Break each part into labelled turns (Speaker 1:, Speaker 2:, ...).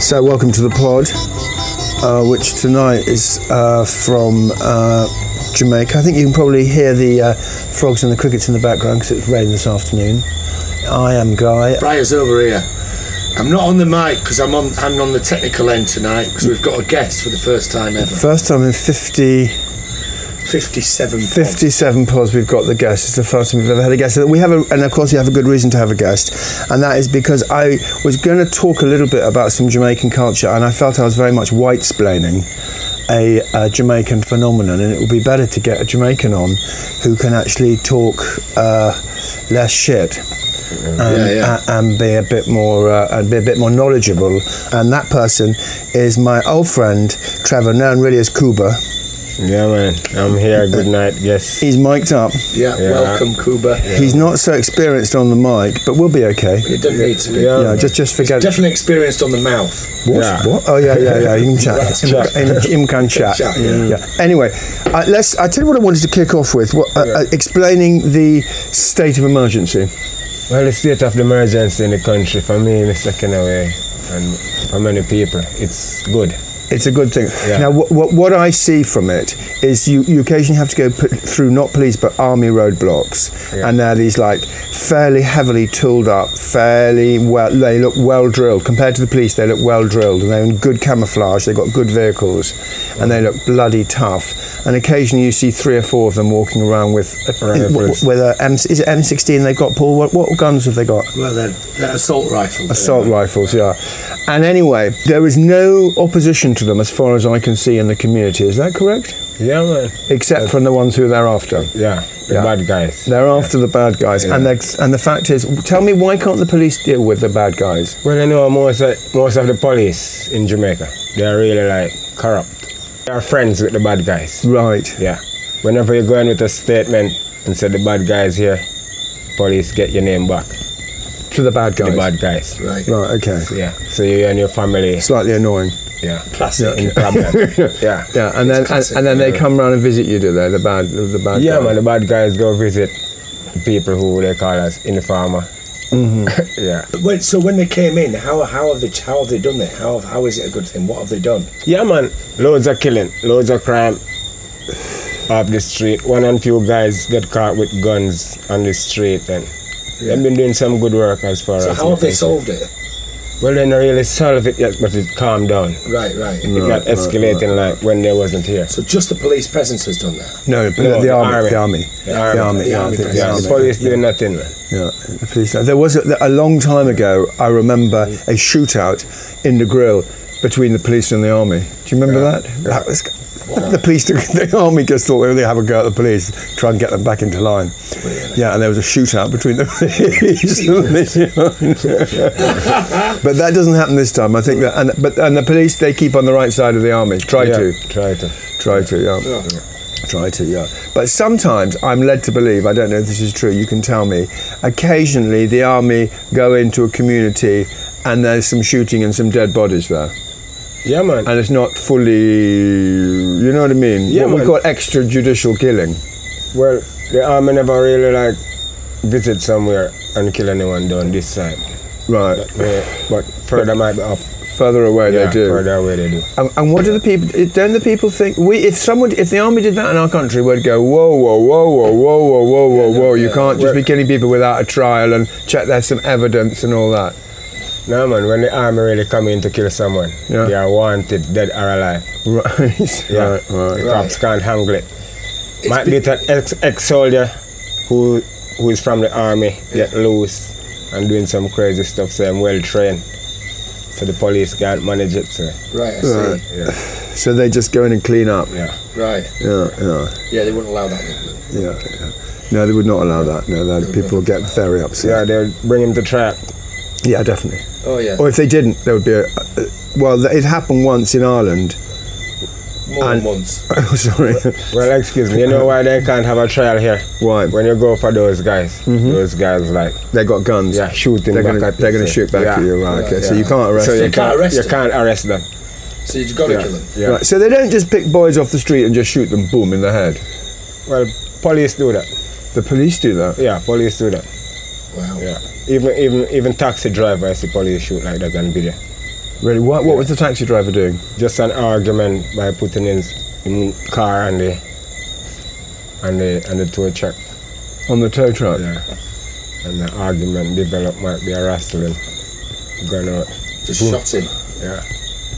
Speaker 1: So, welcome to the pod, uh, which tonight is uh, from uh, Jamaica. I think you can probably hear the uh, frogs and the crickets in the background because it's rained this afternoon. I am Guy.
Speaker 2: Briar's over here. I'm not on the mic because I'm on. I'm on the technical end tonight because we've got a guest for the first time ever.
Speaker 1: First time in 50,
Speaker 2: Fifty-seven.
Speaker 1: 57 pods we've got the guest. It's the first time we've ever had a guest. And we have, a, and of course, we have a good reason to have a guest, and that is because I was going to talk a little bit about some Jamaican culture, and I felt I was very much white-splaining a, uh Jamaican phenomenon, and it would be better to get a Jamaican on who can actually talk uh, less shit. And,
Speaker 2: Yeah, yeah.
Speaker 1: a- and be a bit more uh, and be a bit more knowledgeable. And that person is my old friend Trevor, known really as Cuba.
Speaker 3: Yeah, man. I'm here. Good night. Yes.
Speaker 1: He's mic'd up.
Speaker 2: Yeah,
Speaker 3: Yeah.
Speaker 2: Welcome, Cuba.
Speaker 1: He's not so experienced on the mic, but we'll be okay.
Speaker 2: You don't need to be.
Speaker 3: Yeah.
Speaker 1: Yeah, just just
Speaker 2: He's
Speaker 1: forget
Speaker 2: definitely experienced on the mouth.
Speaker 1: what?
Speaker 3: Yeah.
Speaker 1: What? Oh yeah, yeah, yeah. You can chat.
Speaker 2: Let's
Speaker 1: Him,
Speaker 3: chat.
Speaker 1: him, him can chat.
Speaker 2: Chat, yeah.
Speaker 1: Anyway, uh, let's. I tell you what I wanted to kick off with. What, uh, uh, explaining the state of emergency.
Speaker 3: Well, the state of the emergency in the country for me in the second away, and for many people, it's good.
Speaker 1: It's a good thing.
Speaker 3: Yeah.
Speaker 1: Now, what, what, what I see from it is you, you occasionally have to go put through not police but army roadblocks,
Speaker 3: Yeah.
Speaker 1: and they're these like fairly heavily tooled up, fairly well. They look well drilled compared to the police. They look well drilled, and they're in good camouflage. They've got good vehicles, and they look bloody tough. And occasionally you see three or four of them walking around with a,
Speaker 3: Rifles.
Speaker 1: with a M, is it M16 they've got, Paul? What, what guns have they got?
Speaker 2: Well, they're, they're assault rifles.
Speaker 1: assault rifles, yeah. And anyway, there is no opposition to them as far as I can see in the community. Is that correct?
Speaker 3: Yeah, man.
Speaker 1: Except from the ones who they're after.
Speaker 3: Yeah. The
Speaker 1: Yeah.
Speaker 3: bad guys.
Speaker 1: They're after the bad guys, and they're, and the fact is, tell me why can't the police deal with the bad guys?
Speaker 3: Well, you know, most of, most of the police in Jamaica, they are really like corrupt. They are friends with the bad guys.
Speaker 1: Right.
Speaker 3: Yeah. Whenever you go in with a statement and say the bad guys here, police get your name back.
Speaker 1: To the bad guys.
Speaker 3: The bad guys.
Speaker 2: Right.
Speaker 1: Right. Okay.
Speaker 3: Yeah. So you and your family.
Speaker 1: Slightly annoying.
Speaker 3: Yeah.
Speaker 2: Classic.
Speaker 3: In problem. yeah.
Speaker 1: Yeah, and then and,
Speaker 2: classic,
Speaker 1: and then they
Speaker 3: yeah.
Speaker 1: come round and visit you, do they? The bad, the bad.
Speaker 3: Yeah,
Speaker 1: guys.
Speaker 3: man, the bad guys go visit the people who they call us informer.
Speaker 2: Mm-hmm.
Speaker 3: yeah.
Speaker 2: Wait, so when they came in, how how have they how have they done it? How have- how is it a good thing? What have they done?
Speaker 3: Yeah, man, loads of killing, loads of crime off the street. One and few guys get caught with guns on the street, and they've been doing some good work as far
Speaker 2: So
Speaker 3: as.
Speaker 2: how have they
Speaker 3: concerned.
Speaker 2: solved it?
Speaker 3: Well, they not really solve it yet, but it calmed down.
Speaker 2: Right, right.
Speaker 3: It got escalating like when they wasn't here.
Speaker 2: So just the police presence has done that.
Speaker 1: No, but
Speaker 3: No,
Speaker 1: the,
Speaker 3: the
Speaker 1: army,
Speaker 3: army.
Speaker 1: The army.
Speaker 3: The army,
Speaker 1: The
Speaker 2: the
Speaker 1: yeah, I
Speaker 2: army
Speaker 1: think
Speaker 2: Yeah,
Speaker 3: Yeah,
Speaker 2: presence.
Speaker 3: the
Speaker 1: army.
Speaker 3: police do nothing, man.
Speaker 1: Yeah, the police. There was a, a long time ago. I remember a shootout in the grill between the police and the army. Do you remember that? That was. The police, took, the army just thought they would have a go at the police, try and get them back into line. Yeah, and there was a shootout between the police and the army. But that doesn't happen this time. I think that, and but and the police they keep on the right side of the army. Try
Speaker 3: yeah,
Speaker 1: to.
Speaker 3: Try to.
Speaker 1: Try to, yeah. Try to, yeah. But sometimes I'm led to believe, I don't know if this is true, you can tell me, occasionally the army go into a community and there's some shooting and some dead bodies there.
Speaker 3: Yeah, man.
Speaker 1: And it's not fully, you know what I mean?
Speaker 3: Yeah,
Speaker 1: what we
Speaker 3: man.
Speaker 1: call extrajudicial killing.
Speaker 3: Well, the army never really like visit somewhere and kill anyone down this side.
Speaker 1: Right.
Speaker 3: But, uh, but further might be up.
Speaker 1: Further away
Speaker 3: yeah,
Speaker 1: they do.
Speaker 3: Further away they do.
Speaker 1: And, and what do the people? Don't the people think we? If someone, if the army did that in our country, we'd go whoa, whoa, whoa, whoa, whoa, whoa, whoa, whoa, whoa. You can't just be killing people without a trial and check there's some evidence and all that.
Speaker 3: No man, when the army really come in to kill someone,
Speaker 1: Yeah.
Speaker 3: they are wanted, dead or alive.
Speaker 1: Right.
Speaker 3: Yeah.
Speaker 1: Right. Right.
Speaker 3: The cops can't handle it. might be an ex ex soldier who who is from the army, get loose and doing some crazy stuff, so I'm well trained. So the police can't manage it, so
Speaker 2: Right, I see.
Speaker 1: Right.
Speaker 3: yeah,
Speaker 1: So they just go in and clean up.
Speaker 3: yeah.
Speaker 2: Right.
Speaker 1: Yeah. Yeah.
Speaker 2: Yeah, they wouldn't allow that in England.
Speaker 1: Yeah. yeah. No, they would not allow that. No, that people get very
Speaker 3: Yeah,
Speaker 1: upset.
Speaker 3: they'll bring him to trial.
Speaker 1: Yeah, definitely.
Speaker 2: Oh yeah.
Speaker 1: Or if they didn't, there would be a. uh, Well, it happened once in Ireland.
Speaker 2: More
Speaker 1: and-
Speaker 2: than once.
Speaker 1: Oh, sorry.
Speaker 3: Well, excuse me, you know why they can't have a trial here?
Speaker 1: Why?
Speaker 3: When you go for those guys, those guys like
Speaker 1: They got guns.
Speaker 3: yeah, shooting
Speaker 1: They're
Speaker 3: back
Speaker 1: going
Speaker 3: at you,
Speaker 1: to
Speaker 3: so-
Speaker 1: shoot back
Speaker 3: yeah.
Speaker 1: at you. Right. Okay. So
Speaker 3: Yeah.
Speaker 1: you can't arrest
Speaker 3: So
Speaker 1: them.
Speaker 3: you
Speaker 2: them.
Speaker 3: can't
Speaker 2: Arrest
Speaker 3: you
Speaker 2: them.
Speaker 3: can't arrest them.
Speaker 2: So you've got to kill them.
Speaker 3: Yeah.
Speaker 1: Right, so they don't just pick boys off the street and just shoot them boom in the head.
Speaker 3: Well, police do that.
Speaker 1: The police do that.
Speaker 3: Yeah, police do that.
Speaker 2: Wow.
Speaker 3: Yeah. Even even even taxi driver, I see police shoot like that on video.
Speaker 1: Really? What, what was the taxi driver doing?
Speaker 3: Just an argument by putting his, his car on the on the on the tow truck.
Speaker 1: On the tow truck?
Speaker 3: Yeah. And the argument developed might be a wrestling. Going out.
Speaker 2: Just shot him.
Speaker 3: Yeah.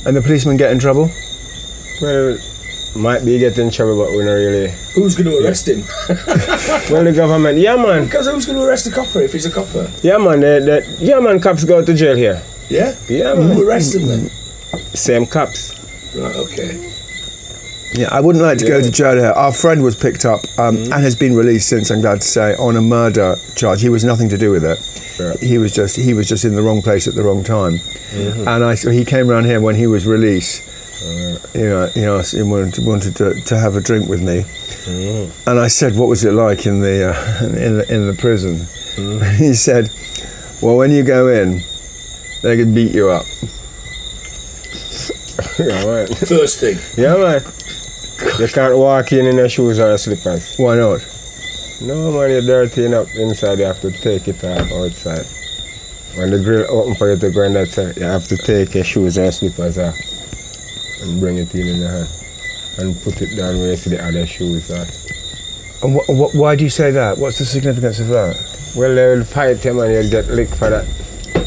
Speaker 1: And the policeman get in trouble?
Speaker 3: Well, might be getting trouble, but we're not really.
Speaker 2: Who's going to arrest him?
Speaker 3: Well, the government, yeah, man,
Speaker 2: Because who's going to arrest a copper if he's a copper?
Speaker 3: yeah, man, the, the yeah, man, cops go to jail here.
Speaker 2: Yeah?
Speaker 3: Yeah, man,
Speaker 2: Who arrest him then?
Speaker 3: same cops.
Speaker 2: Right, okay.
Speaker 1: Yeah, I wouldn't like to go
Speaker 3: Yeah.
Speaker 1: to jail here. Our friend was picked up um, and has been released since. I'm glad to say on a murder charge. He was nothing to do with it.
Speaker 3: Yeah.
Speaker 1: He was just he was just in the wrong place at the wrong time. And I so he came round here when he was released. You know, he asked he wanted, wanted to, to have a drink with me, and I said, "What was it like in the uh, in the, in the prison?" And he said, "Well, when you go in, they can beat you up."
Speaker 3: yeah, man.
Speaker 2: First thing.
Speaker 3: yeah, man. You can't walk in in your shoes or your slippers.
Speaker 1: Why not?
Speaker 3: No, man, you're dirty enough inside. You have to take it off outside. When the grill open for you to go in that side, you have to take your shoes and slippers off and bring it in in your hand and put it down where you see the other shoes are.
Speaker 1: And wh- wh- why do you say that? What's the significance of that?
Speaker 3: Well, they will fight him and you'll get licked for that.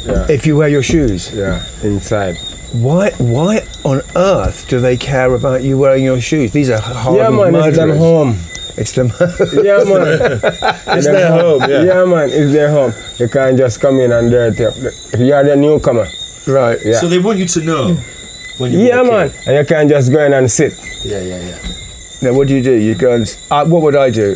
Speaker 3: Yeah,
Speaker 1: If you wear your shoes.
Speaker 3: yeah, inside.
Speaker 1: Why, why on earth do they care about you wearing your shoes? These are hard
Speaker 3: yeah, man,
Speaker 1: murderers.
Speaker 3: it's them home.
Speaker 1: It's them.
Speaker 3: Yeah, man. it's
Speaker 1: their home,
Speaker 3: Yeah. man, it's their home. You can't just come in and dirty up. the- You are the newcomer.
Speaker 1: right.
Speaker 3: Yeah.
Speaker 2: So they want you to know when you
Speaker 3: yeah,
Speaker 2: walk in.
Speaker 3: man. And you can't just go in and sit.
Speaker 2: Yeah, yeah, yeah.
Speaker 1: Now, what do you do? You go and. s- Uh, what would I do?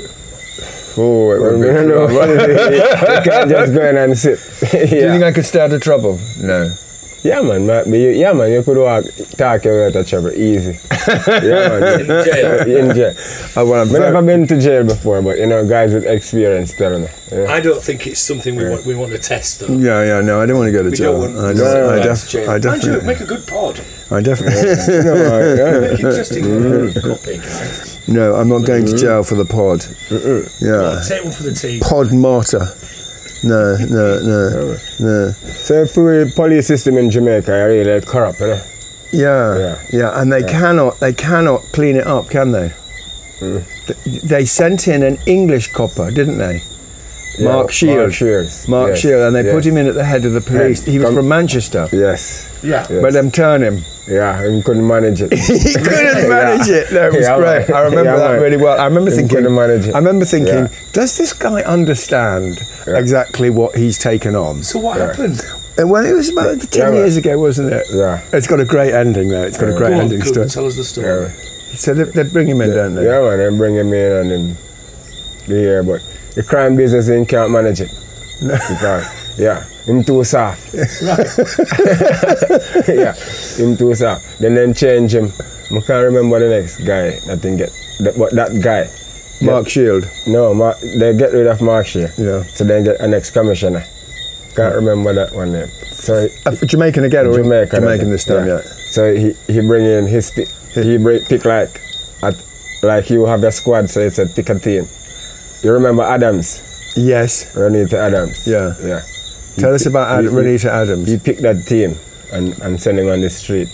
Speaker 3: Oh, it would be no, You can't just go in and sit.
Speaker 1: Do you
Speaker 3: yeah.
Speaker 1: think I could stay out of trouble? No.
Speaker 3: yeah, man. might be- yeah, man. You could walk, talk your way out of trouble easy. yeah, man.
Speaker 2: In jail.
Speaker 3: In jail.
Speaker 1: I well, I'm
Speaker 3: I've never
Speaker 1: very,
Speaker 3: been to jail before, but you know, guys with experience tell me. Yeah.
Speaker 2: I don't think it's something we want, we want to test though.
Speaker 1: yeah, yeah, no, I don't want to go to
Speaker 2: We
Speaker 1: jail.
Speaker 2: don't want
Speaker 1: Mm. I,
Speaker 2: we don't
Speaker 1: don't,
Speaker 2: want
Speaker 1: I,
Speaker 2: to
Speaker 1: def-
Speaker 2: jail.
Speaker 1: I
Speaker 2: Mind you,
Speaker 1: definitely.
Speaker 2: make a good pod.
Speaker 1: I definitely.
Speaker 2: Make interesting
Speaker 1: Mm.
Speaker 2: copy.
Speaker 1: no, I'm not going to jail for the pod. Yeah.
Speaker 2: Take one for the team.
Speaker 1: Pod martyr. No, no, no, no.
Speaker 3: So if the police system in Jamaica are really corrupt, you know?
Speaker 1: Yeah,
Speaker 3: Yeah. Hmm.
Speaker 1: yeah, and they cannot they cannot clean it up, can they? Th- They sent in an English copper, didn't they?
Speaker 3: Yeah,
Speaker 1: Mark Shield.
Speaker 3: Mark Shields.
Speaker 1: Mark
Speaker 3: Yes,
Speaker 1: Shield, and they
Speaker 3: yes.
Speaker 1: put him in at the head of the police.
Speaker 3: Head.
Speaker 1: He was
Speaker 3: Come-
Speaker 1: from Manchester,
Speaker 3: Yes.
Speaker 2: Yeah.
Speaker 3: Yeah.
Speaker 1: but them turn him.
Speaker 3: Yeah, and couldn't manage it.
Speaker 1: he couldn't manage it. No, it was
Speaker 3: Yeah,
Speaker 1: great.
Speaker 3: man.
Speaker 1: I remember
Speaker 3: Yeah,
Speaker 1: that
Speaker 3: man.
Speaker 1: really well. I remember
Speaker 3: He
Speaker 1: thinking,
Speaker 3: couldn't manage it.
Speaker 1: I remember thinking,
Speaker 3: Yeah.
Speaker 1: does this guy understand
Speaker 3: Yeah.
Speaker 1: exactly what he's taken on?
Speaker 2: So what happened?
Speaker 1: And well, it was about ten
Speaker 3: man.
Speaker 1: years ago, wasn't it?
Speaker 3: Yeah.
Speaker 1: It's got a great ending though. It's got a great
Speaker 2: Go on,
Speaker 1: ending
Speaker 2: Coop,
Speaker 1: story.
Speaker 2: tell us the story.
Speaker 3: yeah,
Speaker 1: So they, they bring him in, don't they?
Speaker 3: yeah, man, they bring him in and him yeah, but the crime business him can't manage it. Because, yeah, him too soft. yeah, him too soft. Then them change him. I can't remember the next guy. Nothing get, that- but that guy.
Speaker 1: Mark Shield.
Speaker 3: No, Mark, they get rid of Mark Shield.
Speaker 1: Yeah.
Speaker 3: So they get an ex commissioner. Can't remember that one name. So
Speaker 1: Uh, Jamaican again, or
Speaker 3: Jamaica.
Speaker 1: Jamaican this time, yeah.
Speaker 3: So he, he bring in his sti- he break pick like at, like you have your squad, so it's a pick a team. You remember Adams,
Speaker 1: Yes.
Speaker 3: Renita Adams?
Speaker 1: Yeah.
Speaker 3: yeah.
Speaker 1: Tell us about Ad-
Speaker 3: he- he-
Speaker 1: Renita Adams.
Speaker 3: He picked that team and and send him on the street.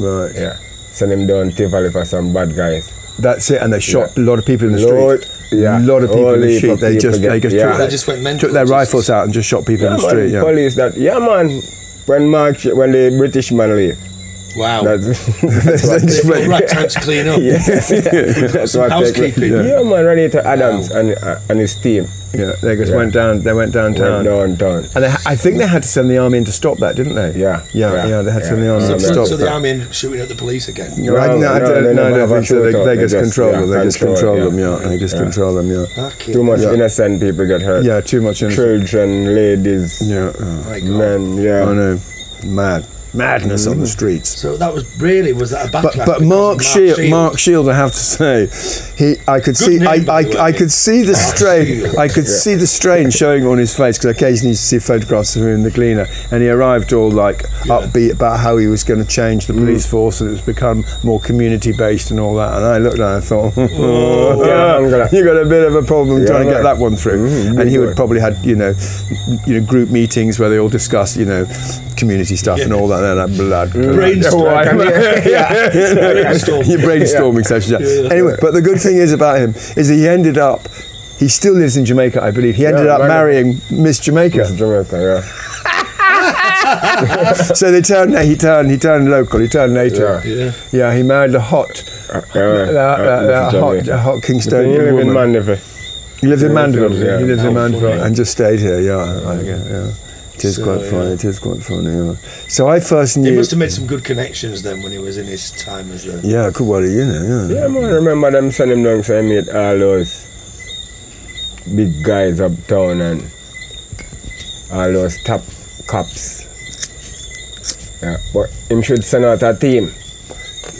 Speaker 1: right.
Speaker 3: Yeah, send him down Tivoli for some bad guys.
Speaker 1: That's it, and they shot a lot of people in the
Speaker 3: Lord,
Speaker 1: street.
Speaker 3: yeah.
Speaker 1: A lot of people
Speaker 3: Whole
Speaker 1: in the
Speaker 3: heap
Speaker 1: street.
Speaker 3: of
Speaker 1: They
Speaker 3: people
Speaker 1: just,
Speaker 3: get-
Speaker 1: they just,
Speaker 3: yeah.
Speaker 1: took, their,
Speaker 2: They just went mental,
Speaker 1: took their
Speaker 2: just-
Speaker 1: rifles out and just shot people in the
Speaker 3: man,
Speaker 1: street. Yeah.
Speaker 3: Police that yeah man. When Mark when the British man leave,
Speaker 2: Wow.
Speaker 1: Oh.
Speaker 3: that's,
Speaker 1: Thanks,
Speaker 2: They've got
Speaker 1: mate.
Speaker 2: right time to clean up.
Speaker 3: yes, that's
Speaker 2: Some
Speaker 3: what they-
Speaker 2: housekeeping.
Speaker 3: Yeah, man, Renita Adams and uh, and his team.
Speaker 1: yeah, they just
Speaker 3: Yeah.
Speaker 1: went down. They went downtown,
Speaker 3: Went downtown.
Speaker 1: and they, ha- I think they had to send the army in to stop that, didn't they?
Speaker 3: Yeah.
Speaker 1: yeah, yeah.
Speaker 3: Yeah.
Speaker 1: they had to send the
Speaker 3: Yeah.
Speaker 1: army
Speaker 2: So,
Speaker 1: in to
Speaker 3: Yeah.
Speaker 1: stop
Speaker 2: so the
Speaker 1: that.
Speaker 2: army in shooting at the police again.
Speaker 1: Right, no, I
Speaker 3: No,
Speaker 1: don't,
Speaker 3: they
Speaker 1: no, I
Speaker 3: never
Speaker 1: don't
Speaker 3: have
Speaker 1: think so.
Speaker 3: a
Speaker 1: They,
Speaker 3: shootout.
Speaker 1: they
Speaker 3: They
Speaker 1: just
Speaker 3: just-
Speaker 1: control
Speaker 3: yeah,
Speaker 1: them. They just
Speaker 3: control,
Speaker 1: control
Speaker 3: yeah.
Speaker 1: them. Yeah, they just
Speaker 3: Yeah.
Speaker 1: control them. Yeah,
Speaker 2: Okay.
Speaker 3: Too much
Speaker 1: Yeah.
Speaker 3: innocent people get hurt.
Speaker 1: yeah. Too much. innocent-
Speaker 3: Children, ladies,
Speaker 1: Yeah. oh.
Speaker 2: My God.
Speaker 3: men, yeah.
Speaker 1: I know. Mad. Madness on the streets.
Speaker 2: So that was really was that a backlash?
Speaker 1: But, but
Speaker 2: because of
Speaker 1: Mark, Shield, Mark Shield, I have to say, he I could see
Speaker 2: name,
Speaker 1: I,
Speaker 2: by the way.
Speaker 1: I, I could see the
Speaker 2: Mark Shield.
Speaker 1: strain I could see the strain showing on his face because occasionally you see photographs of him in the Gleaner and he arrived all like upbeat about how he was going to change the
Speaker 2: Mm.
Speaker 1: police force and it was become more community based and all that and I looked at him and thought
Speaker 2: Oh,
Speaker 3: Yeah, I'm gonna-
Speaker 1: you got a bit of a problem
Speaker 3: Yeah,
Speaker 1: trying to get
Speaker 3: right.
Speaker 1: that one through
Speaker 2: Mm,
Speaker 3: Mhm,
Speaker 1: and he
Speaker 3: good
Speaker 1: would
Speaker 3: boy.
Speaker 1: probably had you know you know group meetings where they all discussed you know community stuff and all that like that, that blood.
Speaker 2: Mm. Brainstorm.
Speaker 1: yeah.
Speaker 2: Brainstorm.
Speaker 1: Your brainstorming session. Yeah.
Speaker 2: Yeah.
Speaker 1: Anyway, but the good thing is about him is he ended up. He still lives in Jamaica, I believe. He ended
Speaker 3: Yeah,
Speaker 1: up
Speaker 3: right.
Speaker 1: marrying Miss Jamaica.
Speaker 3: It's Jamaica, yeah.
Speaker 1: so they turned. He turned. He turned local. He turned native.
Speaker 3: Yeah.
Speaker 2: Yeah.
Speaker 1: Yeah, he married a hot,
Speaker 3: Uh,
Speaker 1: that, that, that hot, a hot Kingstonian
Speaker 3: you live
Speaker 1: woman.
Speaker 3: in Mandeville.
Speaker 1: He lives in
Speaker 3: Yeah,
Speaker 1: Mandeville.
Speaker 3: yeah.
Speaker 1: He lives in
Speaker 2: Oh,
Speaker 1: Mandeville
Speaker 2: funny.
Speaker 1: and just stayed here. Yeah, I- yeah. yeah. It is
Speaker 2: So,
Speaker 1: quite
Speaker 2: yeah.
Speaker 1: funny. It is quite funny. Yeah. So I first
Speaker 2: He
Speaker 1: knew.
Speaker 2: must have made some good connections then when he was in his time as the.
Speaker 1: Yeah, good worry. You know. Yeah.
Speaker 3: Yeah, man, remember them send him down so he meet all those big guys uptown and all those top cops. Yeah, but him should send out a team.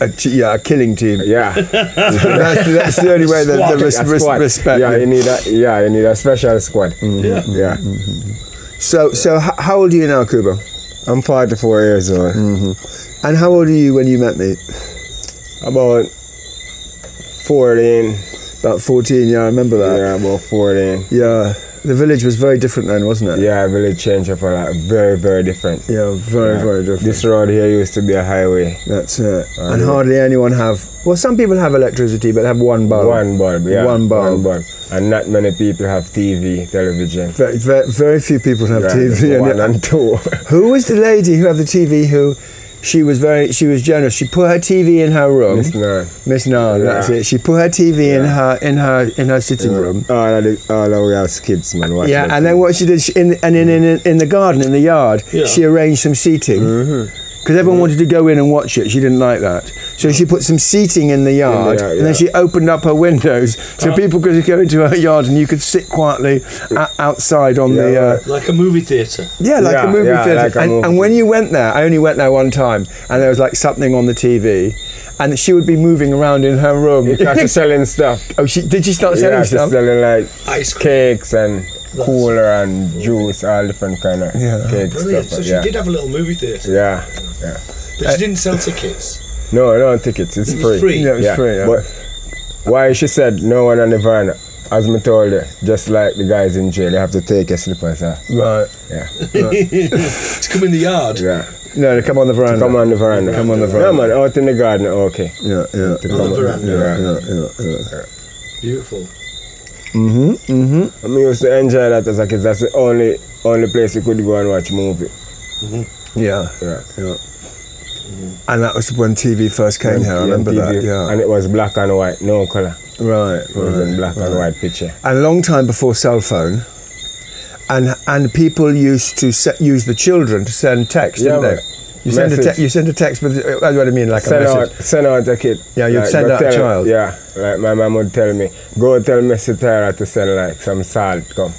Speaker 1: A, ch- yeah, a killing team.
Speaker 3: Yeah.
Speaker 1: that's, that's the only way that
Speaker 2: Squad.
Speaker 1: the res-
Speaker 3: a
Speaker 1: res-
Speaker 3: squad.
Speaker 1: respect.
Speaker 3: Yeah, you need a yeah, you need a special squad. Yeah.
Speaker 1: So, so h- how old are you now, Kubo?
Speaker 3: I'm forty four years old.
Speaker 1: And how old are you when you met me?
Speaker 3: About fourteen.
Speaker 1: About 14, yeah, I remember that.
Speaker 3: Yeah, about fourteen.
Speaker 1: Yeah. The village was very different then, wasn't it?
Speaker 3: Yeah, really changed up a lot. Very, very different.
Speaker 1: Yeah, very,
Speaker 3: Yeah.
Speaker 1: very different.
Speaker 3: This road here used to be a highway.
Speaker 1: That's it. and
Speaker 3: yeah.
Speaker 1: hardly anyone have. Well, some people have electricity, but have one bulb.
Speaker 3: One bulb, yeah.
Speaker 1: One bulb.
Speaker 3: One bulb. And not many people have TV, television.
Speaker 1: Very, very, very few people have
Speaker 3: Yeah,
Speaker 1: TV.
Speaker 3: One
Speaker 1: And,
Speaker 3: and two.
Speaker 1: who was the lady who had the TV? Who, she was very, she was generous. She put her TV in her room.
Speaker 3: It's not.
Speaker 1: Miss Nan, that's
Speaker 3: Yeah.
Speaker 1: it. She put her TV in her in her in her sitting room.
Speaker 3: All of, the, all of us kids, man. watch
Speaker 1: Yeah,
Speaker 3: that
Speaker 1: and then
Speaker 3: TV.
Speaker 1: what she did, she, in, and in, in in the garden in the yard,
Speaker 2: Yeah.
Speaker 1: she arranged some seating because
Speaker 3: Mm-hmm.
Speaker 1: everyone wanted to go in and watch it. She didn't like that, so she put some seating in the yard,
Speaker 3: yard,
Speaker 1: and then
Speaker 3: yeah. Uh-huh.
Speaker 1: she opened up her windows so people could go into her yard and you could sit quietly o- outside on the.
Speaker 3: Yeah,
Speaker 1: Uh,
Speaker 2: Like a movie theatre.
Speaker 1: yeah, like a
Speaker 3: Yeah,
Speaker 1: movie
Speaker 3: yeah,
Speaker 1: theatre.
Speaker 3: like a
Speaker 1: and,
Speaker 3: movie
Speaker 1: and when you went there, I only went there one time, and there was like something on the TV, and she would be moving around in her room.
Speaker 3: Because she's selling stuff.
Speaker 1: oh, she did she start selling
Speaker 3: yeah, she's
Speaker 1: stuff?
Speaker 3: selling like
Speaker 2: Ice cream.
Speaker 3: cakes and cooler and juice, all different kind of
Speaker 1: Yeah. Uh,
Speaker 3: cake
Speaker 2: Brilliant.
Speaker 3: stuff.
Speaker 2: Oh, So she
Speaker 3: yeah.
Speaker 2: did have a little movie theatre,
Speaker 3: yeah, yeah.
Speaker 2: but she didn't sell tickets.
Speaker 3: No, no tickets. It's
Speaker 2: It
Speaker 3: free.
Speaker 2: was free.
Speaker 1: Yeah, it was free. Yeah.
Speaker 3: But why she said no one on the van, as me told her, just like the guys in jail, you have to take your slippers off.
Speaker 1: right.
Speaker 3: Yeah,
Speaker 2: to come in the yard.
Speaker 3: yeah.
Speaker 1: No, no, come on the veranda.
Speaker 3: Come on the veranda.
Speaker 1: Come on the
Speaker 3: No man, out in the garden, okay.
Speaker 1: Yeah, yeah.
Speaker 3: To
Speaker 2: On
Speaker 3: come
Speaker 2: the
Speaker 3: on-
Speaker 2: veranda.
Speaker 3: Yeah.
Speaker 1: yeah, yeah, yeah.
Speaker 2: Beautiful.
Speaker 3: I mean, used to enjoy that as a kid. That's the only only place you could go and watch movie.
Speaker 1: Yeah,
Speaker 3: Yeah.
Speaker 1: yeah. And that was when TV first came here. I remember that. Yeah,
Speaker 3: And it was black and white, no color.
Speaker 1: right,
Speaker 3: It was
Speaker 1: right.
Speaker 3: a black and white picture.
Speaker 1: And a long time before cell phone. And and people used to se- use the children to send text,
Speaker 3: Yeah,
Speaker 1: didn't
Speaker 3: man.
Speaker 1: they? You send a
Speaker 3: Message.
Speaker 1: te- you send a text, but that's what I mean, like
Speaker 3: send
Speaker 1: a
Speaker 3: out,
Speaker 1: message.
Speaker 3: send out a kid.
Speaker 1: Yeah, you'd send
Speaker 3: go
Speaker 1: out a
Speaker 3: tell-
Speaker 1: child.
Speaker 3: Yeah, like my mom would tell me, go tell Mr. Tyra to send like some salt. Come.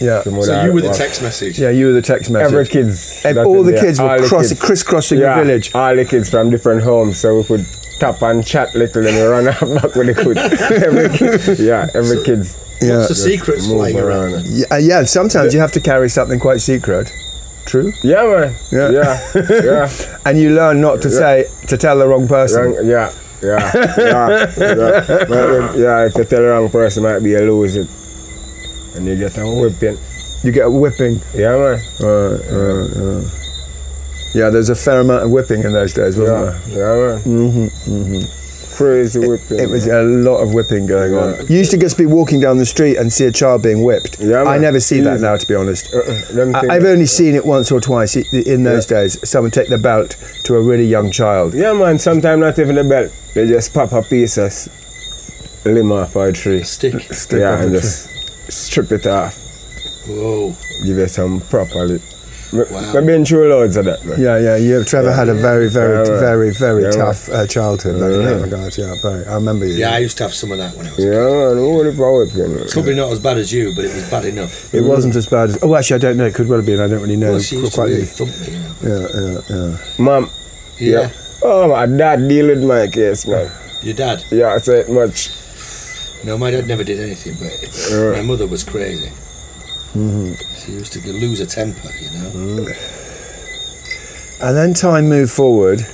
Speaker 1: Yeah,
Speaker 3: Some other-
Speaker 2: So you were the
Speaker 3: well,
Speaker 2: text message.
Speaker 1: yeah, you were the text message.
Speaker 3: Every kids.
Speaker 1: Ev-
Speaker 3: that
Speaker 1: all
Speaker 3: is
Speaker 1: the
Speaker 3: there,
Speaker 1: kids
Speaker 3: all
Speaker 1: were
Speaker 3: the
Speaker 1: cross-
Speaker 3: kids.
Speaker 1: crisscrossing
Speaker 3: yeah,
Speaker 1: the village.
Speaker 3: All the kids from different homes, so we could tap and chat little and run out back with the kids. every kid, yeah, every kid's
Speaker 1: Yeah.
Speaker 2: What's the secret
Speaker 3: move
Speaker 2: flying around?
Speaker 3: around.
Speaker 1: Yeah, uh, yeah, sometimes you have to carry something quite secret. True.
Speaker 3: Yeah, man.
Speaker 1: Yeah.
Speaker 3: yeah, yeah.
Speaker 1: And you learn not to say to tell the wrong person.
Speaker 3: Wrong, yeah, yeah, yeah, yeah. But if- yeah, if you tell the wrong person, might be a lose it, and you get a whipping.
Speaker 1: You get a whipping.
Speaker 3: Yeah, man.
Speaker 1: Right, right, right. Yeah, there's a fair amount of whipping in those days, wasn't
Speaker 3: Yeah, yeah, man. Mm-hmm, mm-hmm. Crazy whipping.
Speaker 1: there? It was a lot of whipping going on. You used to just be walking down the street and see a child being whipped.
Speaker 3: Yeah,
Speaker 1: I
Speaker 3: man.
Speaker 1: never see that
Speaker 3: Easy.
Speaker 1: now, to be honest.
Speaker 3: Uh-uh, them
Speaker 1: I,
Speaker 3: thing-
Speaker 1: I've only seen it once or twice i- in those days. Someone take the belt to a really young child.
Speaker 3: Yeah, man. Sometimes not even the belt. They just pop a piece of s- limb off a tree.
Speaker 2: Stick.
Speaker 1: Stick
Speaker 3: yeah,
Speaker 1: off
Speaker 3: and
Speaker 1: the
Speaker 3: just strip it off.
Speaker 2: Whoa.
Speaker 3: Give it some properly.
Speaker 2: Wow.
Speaker 3: I've been through loads of that, man.
Speaker 1: Yeah, yeah. You, Trevor had a very, very,
Speaker 3: Yeah, right.
Speaker 1: very, very
Speaker 3: Yeah, right.
Speaker 1: tough uh, childhood. though, in
Speaker 3: Yeah.
Speaker 1: that regard. Yeah, very. I remember you.
Speaker 2: Yeah, I used to have some of that when I was.
Speaker 3: Yeah, man. What if I whipping?
Speaker 2: It's probably not as bad as you, but it was bad enough.
Speaker 1: It wasn't as bad as. Oh, actually, I don't know. It could well have been. I don't really know.
Speaker 2: well, she used to
Speaker 1: Quite-
Speaker 2: really thump me. You know?
Speaker 1: yeah, yeah, yeah.
Speaker 3: Mom.
Speaker 2: yeah.
Speaker 3: Oh, my dad deal with my case, man.
Speaker 2: Your dad?
Speaker 3: Yeah, I said much.
Speaker 2: No, my dad never did anything, but
Speaker 3: Yeah.
Speaker 2: my mother was crazy.
Speaker 1: Mm-hmm.
Speaker 2: She used to lose her temper, you know.
Speaker 1: And then time moved forward.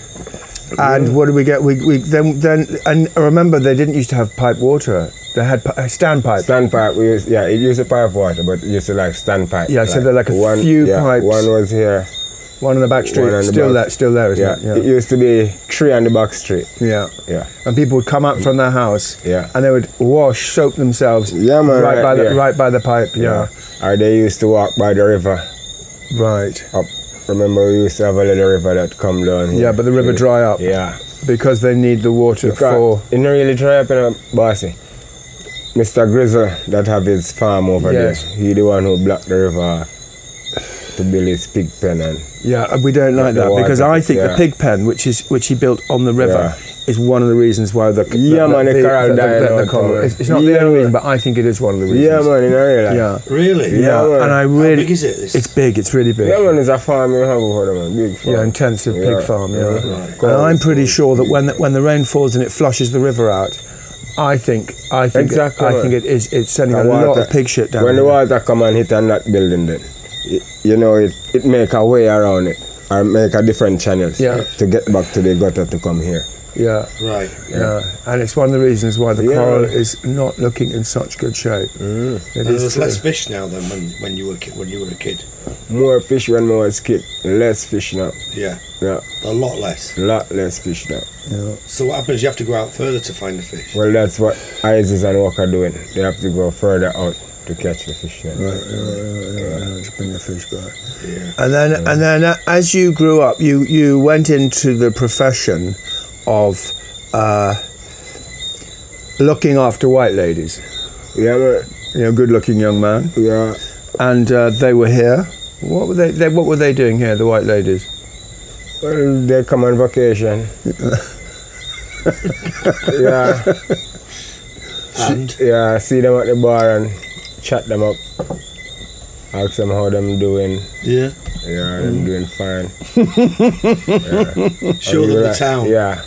Speaker 1: And what do we get? We, we then then and remember they didn't used to have pipe water. They had pi- uh, standpipe.
Speaker 3: Standpipe, we use, yeah, it used a pipe water, but it used to like standpipe.
Speaker 1: Yeah, so they're like a few
Speaker 3: yeah,
Speaker 1: pipes.
Speaker 3: One was here,
Speaker 1: One on the back street,
Speaker 3: One on the
Speaker 1: still
Speaker 3: back.
Speaker 1: there, still there, isn't
Speaker 3: Yeah. It
Speaker 1: it?
Speaker 3: used to be three on the back street.
Speaker 1: Yeah. yeah.
Speaker 3: Yeah.
Speaker 1: And people would come up from their house,
Speaker 3: Yeah.
Speaker 1: and they would wash, soap themselves,
Speaker 3: Yeah, man,
Speaker 1: right,
Speaker 3: right
Speaker 1: by the
Speaker 3: there.
Speaker 1: right by the pipe, yeah,
Speaker 3: Or they used to walk by the river
Speaker 1: right,
Speaker 3: up. Remember, we used to have a little river that come down here.
Speaker 1: yeah. But the river dry up
Speaker 3: Yeah.
Speaker 1: because they need the water for.
Speaker 3: Because It not really dry up in a bossy. Mr. Grizzle that have his farm over
Speaker 1: Yes.
Speaker 3: there. He the one who blocked the river off to build his pig pen and
Speaker 1: Yeah, and we don't like
Speaker 3: the
Speaker 1: that
Speaker 3: water,
Speaker 1: because I think the
Speaker 3: yeah.
Speaker 1: pig pen, which is which he built on the river, is one of the reasons why the
Speaker 3: Yeah, man, the coral died out
Speaker 1: coral-
Speaker 3: there.
Speaker 1: It's, it's not
Speaker 3: Yeah,
Speaker 1: the only reason,
Speaker 3: man.
Speaker 1: but I think it is one of the reasons.
Speaker 3: Yeah man, you know really.
Speaker 1: yeah,
Speaker 2: Really?
Speaker 1: yeah.
Speaker 3: man.
Speaker 1: And I
Speaker 2: How
Speaker 1: really,
Speaker 2: big is it, this?
Speaker 1: It's big. It's really big.
Speaker 3: Yeah man is a farm you have over there man. Big farm.
Speaker 1: Yeah, intensive pig farm. Yeah,
Speaker 3: Right.
Speaker 1: and I'm pretty sure that when the, when the rain falls and it flushes the river out, I think I think
Speaker 3: Exactly.
Speaker 1: I think it is it's sending
Speaker 3: The
Speaker 1: a lot
Speaker 3: water-
Speaker 1: of pig shit down.
Speaker 3: When the
Speaker 1: here.
Speaker 3: water come and hit on that building then, it, you know, it, it make a way around it. Or make a different channels
Speaker 1: Yeah.
Speaker 3: to get back to the gutter to come here.
Speaker 1: yeah,
Speaker 2: Right.
Speaker 1: yeah, Uh, and it's one of the reasons why the
Speaker 3: Yeah.
Speaker 1: coral is not looking in such good shape. It
Speaker 2: And there's
Speaker 1: is
Speaker 2: less
Speaker 1: less.
Speaker 2: fish now than when, when you were ki- when you were a kid.
Speaker 3: More fish when I was kid, less fish now.
Speaker 2: Yeah,
Speaker 3: Yeah,
Speaker 2: a lot less.
Speaker 3: lot less fish now.
Speaker 2: So what happens? You have to go out further to find the fish.
Speaker 3: Well, that's what Isis and Walker doing. They have to go further out to catch the fish. Then.
Speaker 1: to bring the fish back.
Speaker 2: Yeah.
Speaker 1: And then, and then, uh, as you grew up, you you went into the profession of uh, looking after white ladies.
Speaker 3: Yeah, man.
Speaker 1: You know, good-looking young man,
Speaker 3: Yeah.
Speaker 1: and uh, they were here. What were they, they? What were they doing here? The white ladies.
Speaker 3: Well, they come on vacation. yeah,
Speaker 2: And
Speaker 3: yeah. See them at the bar and chat them up. Ask them how them doing.
Speaker 2: yeah,
Speaker 3: Yeah, them doing fine.
Speaker 2: show them the
Speaker 3: Right.
Speaker 2: town.
Speaker 3: Yeah,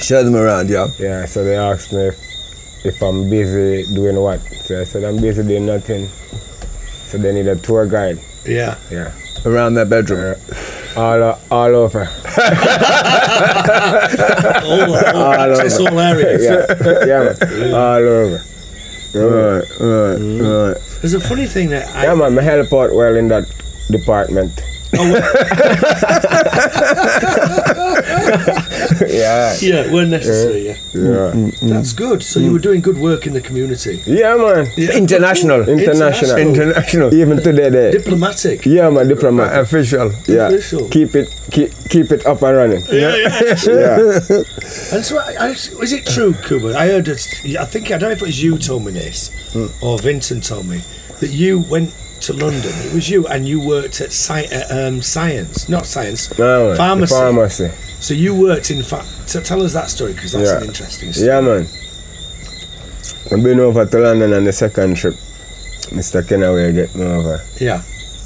Speaker 1: Show them around, yeah.
Speaker 3: yeah. So they asked me if, if I'm busy doing what. So I said I'm busy doing nothing. So they need a tour guide.
Speaker 2: yeah.
Speaker 3: Yeah.
Speaker 1: Around their bedroom.
Speaker 3: All, o- all over.
Speaker 2: All, all,
Speaker 3: All over.
Speaker 2: it's all areas.
Speaker 3: yeah, yeah, man. all over. Yeah, man.
Speaker 1: Right, right, right.
Speaker 2: There's a funny thing that I Oh,
Speaker 3: Yeah, man, I help out well in that department. yeah,
Speaker 2: yeah, were necessary. Yeah,
Speaker 3: yeah.
Speaker 2: that's good. So you were doing good work in the community.
Speaker 3: Yeah, man.
Speaker 1: International.
Speaker 3: International.
Speaker 1: International.
Speaker 3: Even today, there.
Speaker 2: Diplomatic.
Speaker 3: Yeah, man,
Speaker 1: Uh,
Speaker 3: diplomat.
Speaker 1: official.
Speaker 3: Yeah,
Speaker 2: Official.
Speaker 3: keep it, keep, keep it up and running.
Speaker 2: Yeah, yeah.
Speaker 3: Yeah,
Speaker 2: and so, I, I, is it true, Kuba? I heard it. I think I don't know if it was you told me this,
Speaker 3: Hmm.
Speaker 2: or Vincent told me that you went to London. It was you, and you worked at sci- uh, um, science, not science,
Speaker 3: no, man.
Speaker 2: pharmacy.
Speaker 3: The pharmacy.
Speaker 2: So you worked in fact. So tell us that story because that's
Speaker 3: Yeah.
Speaker 2: an interesting story.
Speaker 3: Yeah, man. I've been over to London on the second trip. Mr. Kenaway get me over.
Speaker 2: Yeah.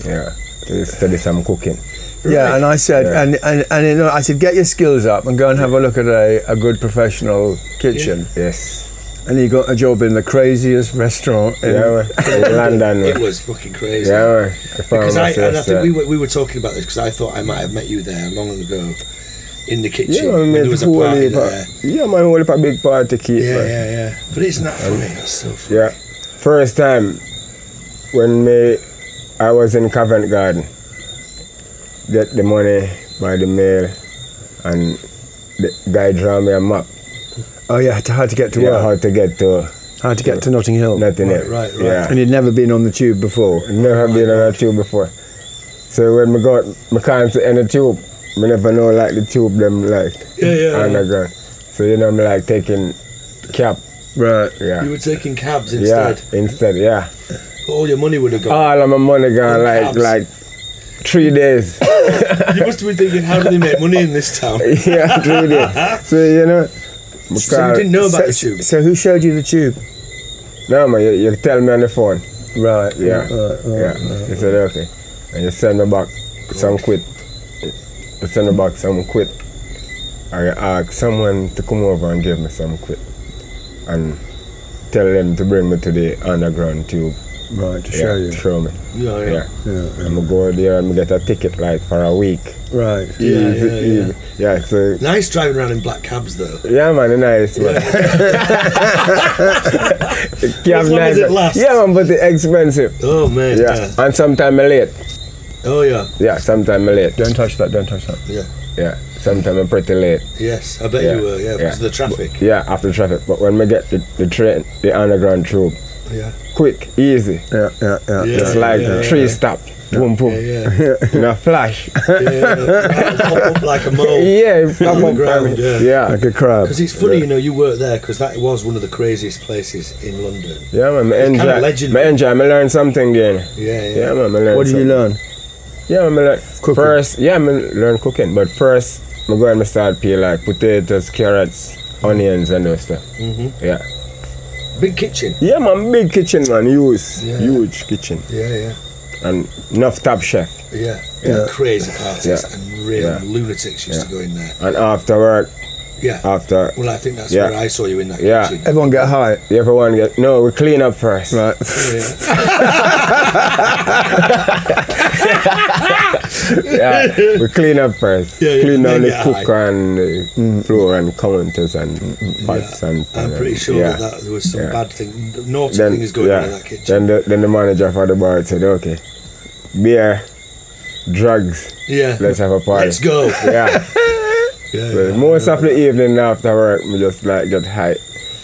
Speaker 3: Yeah, to study some cooking.
Speaker 1: Yeah, and I said,
Speaker 3: Yeah.
Speaker 1: and and, and you know, I said, get your skills up and go and have a look at a, a good professional kitchen.
Speaker 3: Yes.
Speaker 1: And he got a job in the craziest restaurant. In,
Speaker 3: Yeah, man. in London.
Speaker 2: It
Speaker 3: Man.
Speaker 2: was fucking crazy.
Speaker 3: Yeah, man.
Speaker 2: Because I, and I think we were, we were talking about this because I thought I might have met you there long ago in the kitchen
Speaker 3: Yeah,
Speaker 2: when
Speaker 3: man,
Speaker 2: there
Speaker 3: made
Speaker 2: was a
Speaker 3: whole
Speaker 2: party
Speaker 3: heap
Speaker 2: there.
Speaker 3: of, yeah, man, whole heap of big party keep,
Speaker 2: Yeah,
Speaker 3: man.
Speaker 2: yeah, yeah. But it's not funny. That's so funny.
Speaker 3: Yeah. First time when me, I was in Covent Garden, get the money by the mail, and the guy draw me a map.
Speaker 1: Oh yeah, to, how to get to
Speaker 3: Yeah,
Speaker 1: work,
Speaker 3: how to get to
Speaker 1: how to get to Notting Hill.
Speaker 3: nothing
Speaker 2: Right,
Speaker 3: else.
Speaker 2: right, right.
Speaker 3: Yeah.
Speaker 1: And he'd never been on the tube before.
Speaker 3: Never been on a tube before. So when we got, we can't see any tube. We never know like the tube them like
Speaker 2: Yeah, yeah, yeah.
Speaker 3: underground. So you know I'm like taking cab.
Speaker 1: Right.
Speaker 3: Yeah.
Speaker 2: You were taking cabs instead.
Speaker 3: Yeah, instead, yeah.
Speaker 2: All your money would have gone.
Speaker 3: All of my money gone
Speaker 2: In
Speaker 3: like
Speaker 2: cabs.
Speaker 3: like three days.
Speaker 2: you must have been thinking, how do they make money in this town?
Speaker 3: yeah, three days. So you know, my
Speaker 2: So you
Speaker 3: car-
Speaker 2: didn't know about
Speaker 1: So,
Speaker 2: the tube.
Speaker 1: so who showed you the tube?
Speaker 3: No man, you, you tell me on the phone.
Speaker 1: Right.
Speaker 3: Yeah,
Speaker 1: Right,
Speaker 2: Oh,
Speaker 1: right,
Speaker 3: yeah. You said okay, and you send me back some quit. You send me back some quit. I ask someone to come over and give me some quit, and tell them to bring me to the underground tube.
Speaker 1: Right. To show
Speaker 3: yeah,
Speaker 1: you.
Speaker 3: show me.
Speaker 2: Yeah, yeah.
Speaker 3: Yeah.
Speaker 1: Yeah.
Speaker 3: I'm gonna go there and get a ticket like for a week.
Speaker 1: Right.
Speaker 2: Yeah, yeah,
Speaker 3: easy,
Speaker 2: yeah.
Speaker 3: easy. Yeah. so
Speaker 2: Nice driving around in black cabs though.
Speaker 3: yeah, man, nice man.
Speaker 2: As long as it lasts.
Speaker 3: Yeah, man, but it's expensive.
Speaker 2: Oh man.
Speaker 3: Yeah, and sometimes late.
Speaker 2: Oh yeah,
Speaker 3: Yeah, sometimes I'm late.
Speaker 1: Don't touch that. Don't touch that.
Speaker 2: yeah,
Speaker 3: Yeah, sometimes I'm pretty late.
Speaker 2: yes. I bet
Speaker 3: Yeah,
Speaker 2: you were. Yeah, because
Speaker 3: yeah.
Speaker 2: of the traffic.
Speaker 3: Yeah, after traffic. But when we get the, the train, the underground troop,
Speaker 2: Yeah,
Speaker 3: quick, easy.
Speaker 1: Yeah, yeah, yeah.
Speaker 2: Yeah.
Speaker 3: It's like
Speaker 2: yeah,
Speaker 3: three
Speaker 2: yeah.
Speaker 3: stop. Boom, boom.
Speaker 2: Yeah,
Speaker 3: In a flash.
Speaker 2: yeah. yeah. Pop up like a mole.
Speaker 3: yeah, it pop
Speaker 2: Oh. the
Speaker 3: up.
Speaker 2: ground, yeah.
Speaker 3: yeah.
Speaker 1: Like a crab.
Speaker 2: Because it's funny, you know, you worked there because that was one of the craziest places in London.
Speaker 3: Yeah, man, I
Speaker 2: It's
Speaker 3: enjoy.
Speaker 2: kinda legendary.
Speaker 3: I enjoy. I learn something again.
Speaker 2: Yeah, yeah.
Speaker 3: Yeah, man, I learn
Speaker 1: What did you learn?
Speaker 3: something. Yeah, man, I learn.
Speaker 1: Cooking.
Speaker 3: First, yeah, I learn cooking. But first, I go and I start peel like potatoes, carrots, onions, and those stuff.
Speaker 2: Mhm.
Speaker 3: Yeah.
Speaker 2: Big kitchen.
Speaker 3: Yeah, man, big kitchen, man. Huge,
Speaker 2: Yeah.
Speaker 3: huge kitchen.
Speaker 2: Yeah, yeah,
Speaker 3: And enough top chef.
Speaker 2: yeah. yeah. Crazy parties
Speaker 3: Yeah.
Speaker 2: and real
Speaker 3: Yeah.
Speaker 2: lunatics used to go in there.
Speaker 3: And after work,
Speaker 2: Yeah.
Speaker 3: after
Speaker 2: well, I think that's
Speaker 3: yeah.
Speaker 2: where I saw you in that
Speaker 3: Yeah.
Speaker 2: kitchen.
Speaker 1: Everyone get high.
Speaker 3: everyone get no, we clean up first.
Speaker 1: Right.
Speaker 2: Yeah.
Speaker 3: Yeah, we clean up first.
Speaker 2: Yeah, yeah,
Speaker 3: Clean down
Speaker 2: then
Speaker 3: the
Speaker 2: get
Speaker 3: cooker and the floor and counters and pots and.
Speaker 2: Mm-hmm. I'm pretty sure
Speaker 3: yeah.
Speaker 2: that there was some
Speaker 3: Yeah.
Speaker 2: bad thing, naughty
Speaker 3: then,
Speaker 2: thing is going on in that kitchen.
Speaker 3: Then the, then the manager for the bar said, okay, beer, drugs,
Speaker 2: yeah.
Speaker 3: let's have a party.
Speaker 2: Let's go.
Speaker 3: Yeah.
Speaker 2: Yeah,
Speaker 3: Well,
Speaker 2: yeah.
Speaker 3: most of the evening after work, we just like get high.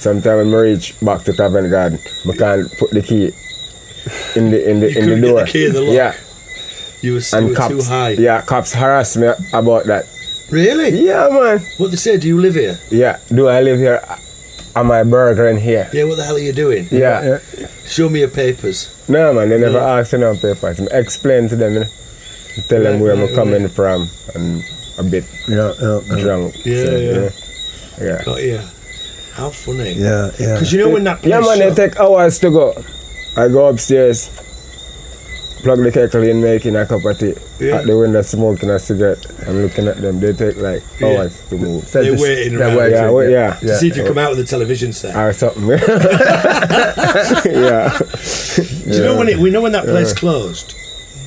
Speaker 3: Sometimes when I reach back to Covent Garden, I can't put the key in the in the
Speaker 2: You
Speaker 3: in the
Speaker 2: couldn't get
Speaker 3: door.
Speaker 2: the key in the lock.
Speaker 3: Yeah,
Speaker 2: You were, you
Speaker 3: and
Speaker 2: were
Speaker 3: cops.
Speaker 2: too high.
Speaker 3: Yeah, cops harass me about that.
Speaker 2: Really?
Speaker 3: Yeah, man.
Speaker 2: What they say? Do you live here?
Speaker 3: Yeah, do I live here? Am I burgering here?
Speaker 2: Yeah. What the hell are you doing?
Speaker 3: Yeah.
Speaker 2: Show me your papers.
Speaker 3: No, man, they never ask me no papers. I explain to them, you know, tell them
Speaker 2: Right,
Speaker 3: where
Speaker 2: right,
Speaker 3: I'm coming from and a bit
Speaker 1: Yeah, yeah, yeah.
Speaker 3: drunk.
Speaker 2: Yeah,
Speaker 3: so,
Speaker 2: yeah.
Speaker 3: You know, yeah.
Speaker 2: Got here. How funny.
Speaker 1: Yeah, yeah.
Speaker 2: Because you know when that place
Speaker 3: Yeah, man,
Speaker 2: shut,
Speaker 3: it take hours to go. I go upstairs, plug the kettle in, making a cup of tea.
Speaker 2: Yeah.
Speaker 3: At the window, smoking a cigarette. I'm looking at them. They take like
Speaker 2: Yeah.
Speaker 3: hours to move.
Speaker 1: They're
Speaker 2: They're
Speaker 1: just-
Speaker 2: waiting
Speaker 1: they're
Speaker 2: around.
Speaker 1: waiting,
Speaker 3: Yeah, wait, yeah.
Speaker 2: to see if you come out with a television set.
Speaker 3: Or something. yeah.
Speaker 2: Do you know when it? We know when that place closed.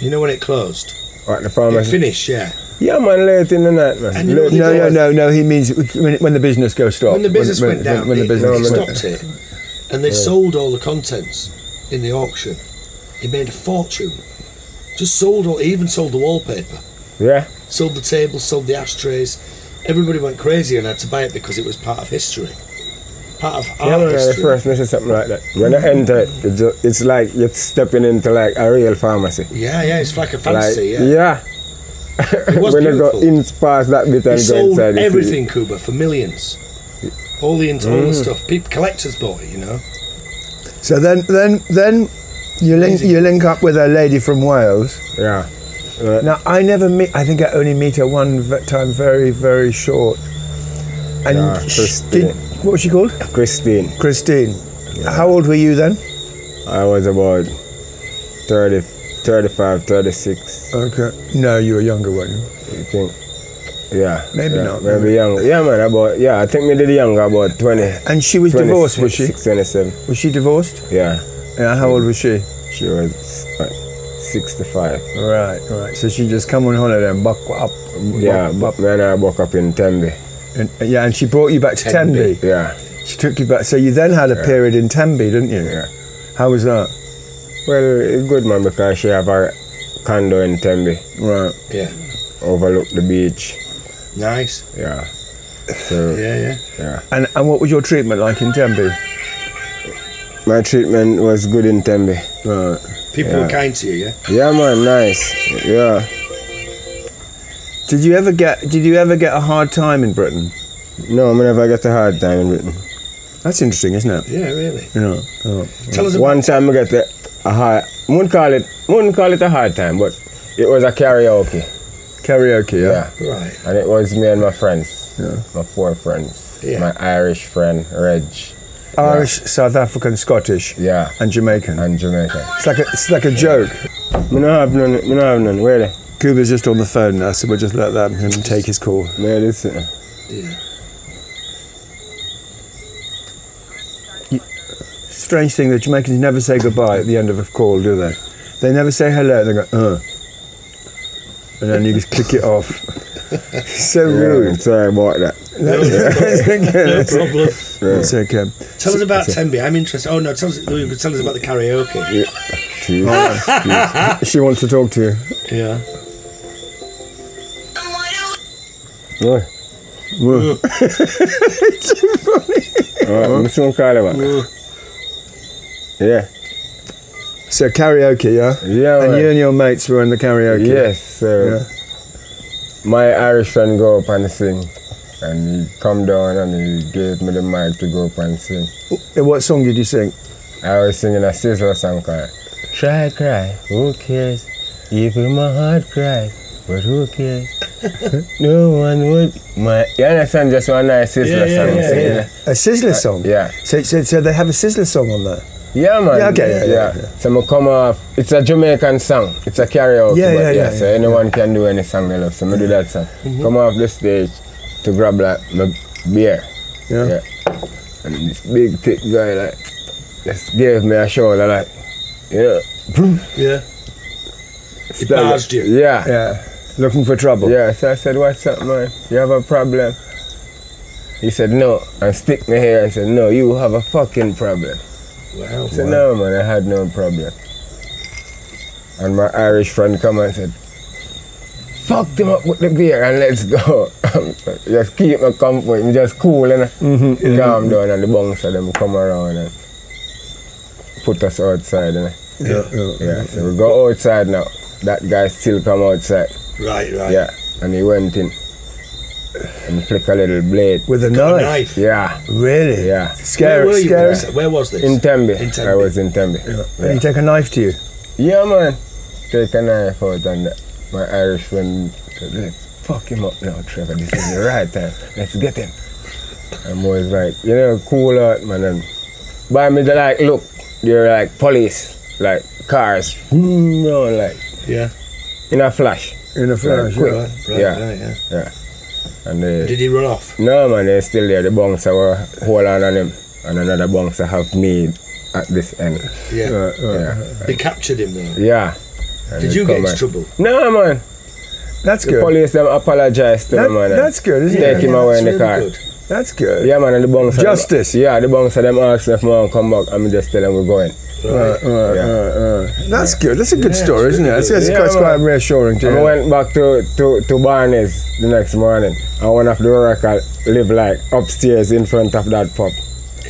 Speaker 2: You know when it closed.
Speaker 3: At the
Speaker 2: It
Speaker 3: pharmacy.
Speaker 2: finished. Yeah.
Speaker 3: Yeah, man, late in the night, man.
Speaker 2: And you
Speaker 3: Late
Speaker 2: know
Speaker 1: No,
Speaker 3: in the
Speaker 1: no,
Speaker 3: night.
Speaker 1: no, no. He means when, when the business goes stop.
Speaker 2: When the business went down,
Speaker 1: When, the
Speaker 2: it- they
Speaker 1: business
Speaker 2: stopped it, and they sold all the contents in the auction. He made a fortune. Just sold all. He even sold the wallpaper.
Speaker 3: Yeah.
Speaker 2: Sold the tables. Sold the ashtrays. Everybody went crazy and had to buy it because it was part of history. Part of
Speaker 3: Yeah,
Speaker 2: our
Speaker 3: man, the
Speaker 2: history.
Speaker 3: first mission, something like that. When I enter, it, it's ju- it's like you're stepping into like a real pharmacy.
Speaker 2: Yeah, yeah. It's like a
Speaker 3: Like,
Speaker 2: fantasy. yeah.
Speaker 3: yeah.
Speaker 2: It was
Speaker 3: when I go
Speaker 2: beautiful.
Speaker 3: in past that bit
Speaker 2: He
Speaker 3: and go
Speaker 2: sold
Speaker 3: inside, you see-
Speaker 2: everything, Cuba, for millions. All the int- all the stuff. People, collectors bought it, you know.
Speaker 1: So then, then, then you link
Speaker 2: Amazing.
Speaker 1: you link up with a lady from Wales.
Speaker 3: Yeah.
Speaker 1: Now I never meet. I think I only meet her one v- time, very very short. And
Speaker 3: Yeah,
Speaker 1: sh-
Speaker 3: Christine.
Speaker 1: did- what was she called?
Speaker 3: Christine,
Speaker 1: Christine. How old were you then?
Speaker 3: I was about 30, 35, 36,
Speaker 1: Okay. No, you were younger, weren't you?
Speaker 3: I think. Yeah.
Speaker 1: Maybe
Speaker 3: yeah,
Speaker 1: not.
Speaker 3: Maybe young. Yeah, man, about, yeah, I think me did younger, about 20.
Speaker 1: And she was divorced, was she?
Speaker 3: 26, 27.
Speaker 1: Was she divorced?
Speaker 3: Yeah.
Speaker 1: Yeah. How old was she?
Speaker 3: She was what, 65.
Speaker 1: Right, right. So she just come on holiday and buck up.
Speaker 3: Yeah,
Speaker 1: buck,
Speaker 3: but man, I woke up in Tembe.
Speaker 1: And, uh, yeah, and she brought you back to Tenby.
Speaker 2: Tenby.
Speaker 3: Yeah.
Speaker 1: She took you back. So you then had a period in Tenby, didn't you?
Speaker 3: Yeah.
Speaker 1: How was that?
Speaker 3: Well, it's good, man, because she have a condo in Tembe,
Speaker 1: Right.
Speaker 2: Yeah.
Speaker 3: overlook the beach.
Speaker 2: Nice.
Speaker 3: Yeah. So,
Speaker 2: Yeah, yeah.
Speaker 3: yeah.
Speaker 1: And and what was your treatment like in Tenby?
Speaker 3: My treatment was good in Tembe.
Speaker 1: Right.
Speaker 2: People were
Speaker 3: Yeah.
Speaker 2: kind to you, yeah.
Speaker 3: Yeah, man, nice. Yeah.
Speaker 1: Did you ever get Did you ever get a hard time in Britain?
Speaker 3: No, I never get a hard time in Britain.
Speaker 1: That's interesting, isn't it?
Speaker 2: Yeah, really.
Speaker 1: Yeah. Oh. yeah.
Speaker 2: Tell us about
Speaker 3: One time I get a, a hard, wouldn't call it, wouldn't call it a hard time, but it was a karaoke.
Speaker 1: Karaoke. Yeah.
Speaker 3: Yeah.
Speaker 2: right.
Speaker 3: And it was me and my friends,
Speaker 1: Yeah.
Speaker 3: my four friends,
Speaker 2: Yeah.
Speaker 3: my Irish friend Reg,
Speaker 1: Irish, South African, Scottish,
Speaker 3: yeah,
Speaker 1: and Jamaican.
Speaker 3: and Jamaican.
Speaker 1: It's like a, it's like a joke.
Speaker 3: Me no have none, me no have none. Where they?
Speaker 1: Cuba's just on the phone now, so we'll just let that him take his call.
Speaker 3: Where this? uh,
Speaker 2: Yeah.
Speaker 1: strange thing that Jamaicans never say goodbye at the end of a call, do they? They never say hello. They go, uh, and then you just click it off. so
Speaker 3: Yeah,
Speaker 1: rude.
Speaker 3: sorry about that.
Speaker 2: No, no
Speaker 1: It's okay.
Speaker 2: problem.
Speaker 1: It's okay.
Speaker 2: Tell us about Tembi. I'm interested. Oh no, tell us. You could tell us about the karaoke.
Speaker 3: Ah!
Speaker 1: She wants to talk to you.
Speaker 2: Yeah.
Speaker 3: No.
Speaker 1: Whoa.
Speaker 3: Alright, I'm soon call her back. Yeah.
Speaker 1: So karaoke, yeah?
Speaker 3: Yeah,
Speaker 1: And
Speaker 3: man.
Speaker 1: you and your mates were in the karaoke?
Speaker 3: Yes, so my Irish friend go up and sing. And he come down and he gave me the mic to go up and sing.
Speaker 1: Yeah. Uh, What song did you sing?
Speaker 3: I was singing a sizzler song called Try Cry, Who Cares? Even my heart cries, but who cares? no one would. My, you understand just one nice
Speaker 2: Yeah,
Speaker 3: sizzler
Speaker 2: yeah,
Speaker 3: song.
Speaker 2: yeah,
Speaker 3: singing.
Speaker 2: yeah.
Speaker 1: A Sizzler song?
Speaker 3: Uh, yeah.
Speaker 1: So, so, so they have a Sizzler song on there?
Speaker 3: Yeah, man.
Speaker 1: Yeah, okay, yeah, yeah, yeah.
Speaker 3: So me come off. It's a Jamaican song. It's a karaoke.
Speaker 1: Yeah,
Speaker 3: but
Speaker 1: yeah,
Speaker 3: yeah,
Speaker 1: yeah,
Speaker 3: So
Speaker 1: yeah, Mm-hmm.
Speaker 3: anyone can do any song they love. So me do that song. Come off the stage to grab like my beer.
Speaker 1: Yeah.
Speaker 3: And this big thick guy like just gave me a shoulder like, you know.
Speaker 2: Yeah. He
Speaker 3: style-
Speaker 2: barged you.
Speaker 3: Yeah. yeah.
Speaker 1: Yeah. Looking for trouble?
Speaker 3: Yeah, so I said, what's up, man? You have a problem? He said, no. And stick me here and said, no, you have a fucking problem.
Speaker 2: Wow.
Speaker 3: I said, no, man, I had no problem. And my Irish friend come and said, fuck them up with the beer and let's go. just keep my company, me just cool and
Speaker 1: Mm-hmm.
Speaker 3: calm down and the bunks of them come around and put us outside. And,
Speaker 1: Yeah. yeah.
Speaker 3: yeah, so we go outside now. That guy still come outside.
Speaker 2: Right. Right.
Speaker 3: Yeah, and he went in and flick a little blade.
Speaker 1: With a
Speaker 2: A
Speaker 1: knife.
Speaker 2: knife.
Speaker 3: Yeah,
Speaker 1: Really?
Speaker 3: yeah.
Speaker 1: Scary,
Speaker 2: Where were you?
Speaker 1: scary.
Speaker 2: Where was this?
Speaker 3: In Tembe.
Speaker 2: In Tembe.
Speaker 3: I was in Tembe.
Speaker 1: And you take a knife to you.
Speaker 3: Yeah, man. Take a knife out and my Irish friend said, let's fuck him up now, Trevor. This is the right time. Let's get him. And I was like, you know, cool out, man. And by me, they like, look, you're like police, like cars, you know, like
Speaker 2: Yeah.
Speaker 3: in a flash.
Speaker 1: In a flash.
Speaker 3: quick.
Speaker 1: yeah.
Speaker 2: Right. Right.
Speaker 3: Yeah.
Speaker 2: Right. Yeah.
Speaker 3: And they,
Speaker 2: Did he run off?
Speaker 3: no, man, they're still there. The bouncer were hold on on him, and another bouncer have me at this end.
Speaker 2: Yeah.
Speaker 1: Yeah, yeah.
Speaker 3: Yeah,
Speaker 2: They captured him though.
Speaker 3: yeah. And
Speaker 2: Did
Speaker 3: they
Speaker 2: you get
Speaker 3: come
Speaker 2: into
Speaker 3: and-
Speaker 2: trouble?
Speaker 3: No, man.
Speaker 1: That's
Speaker 3: The
Speaker 1: good.
Speaker 3: police them apologize to
Speaker 1: That-
Speaker 3: him, man.
Speaker 1: that's good, isn't
Speaker 3: Take
Speaker 1: it?
Speaker 3: him
Speaker 1: Yeah,
Speaker 3: away
Speaker 2: That's
Speaker 3: in the
Speaker 2: really
Speaker 3: car.
Speaker 2: good.
Speaker 1: That's good.
Speaker 3: Yeah, man, and the bunks. of them-
Speaker 1: Justice.
Speaker 3: yeah, the bunks of them ask if man come back. I'm just tell them we're going.
Speaker 1: Right, right,
Speaker 3: Yeah.
Speaker 1: right, right. That's good. That's a good story, isn't it? It's, it's
Speaker 3: Yeah,
Speaker 1: quite,
Speaker 3: man.
Speaker 1: quite reassuring to
Speaker 3: And I
Speaker 1: hear.
Speaker 3: went back to to to Barney's the next morning. And one of the oracle live like upstairs in front of that pub.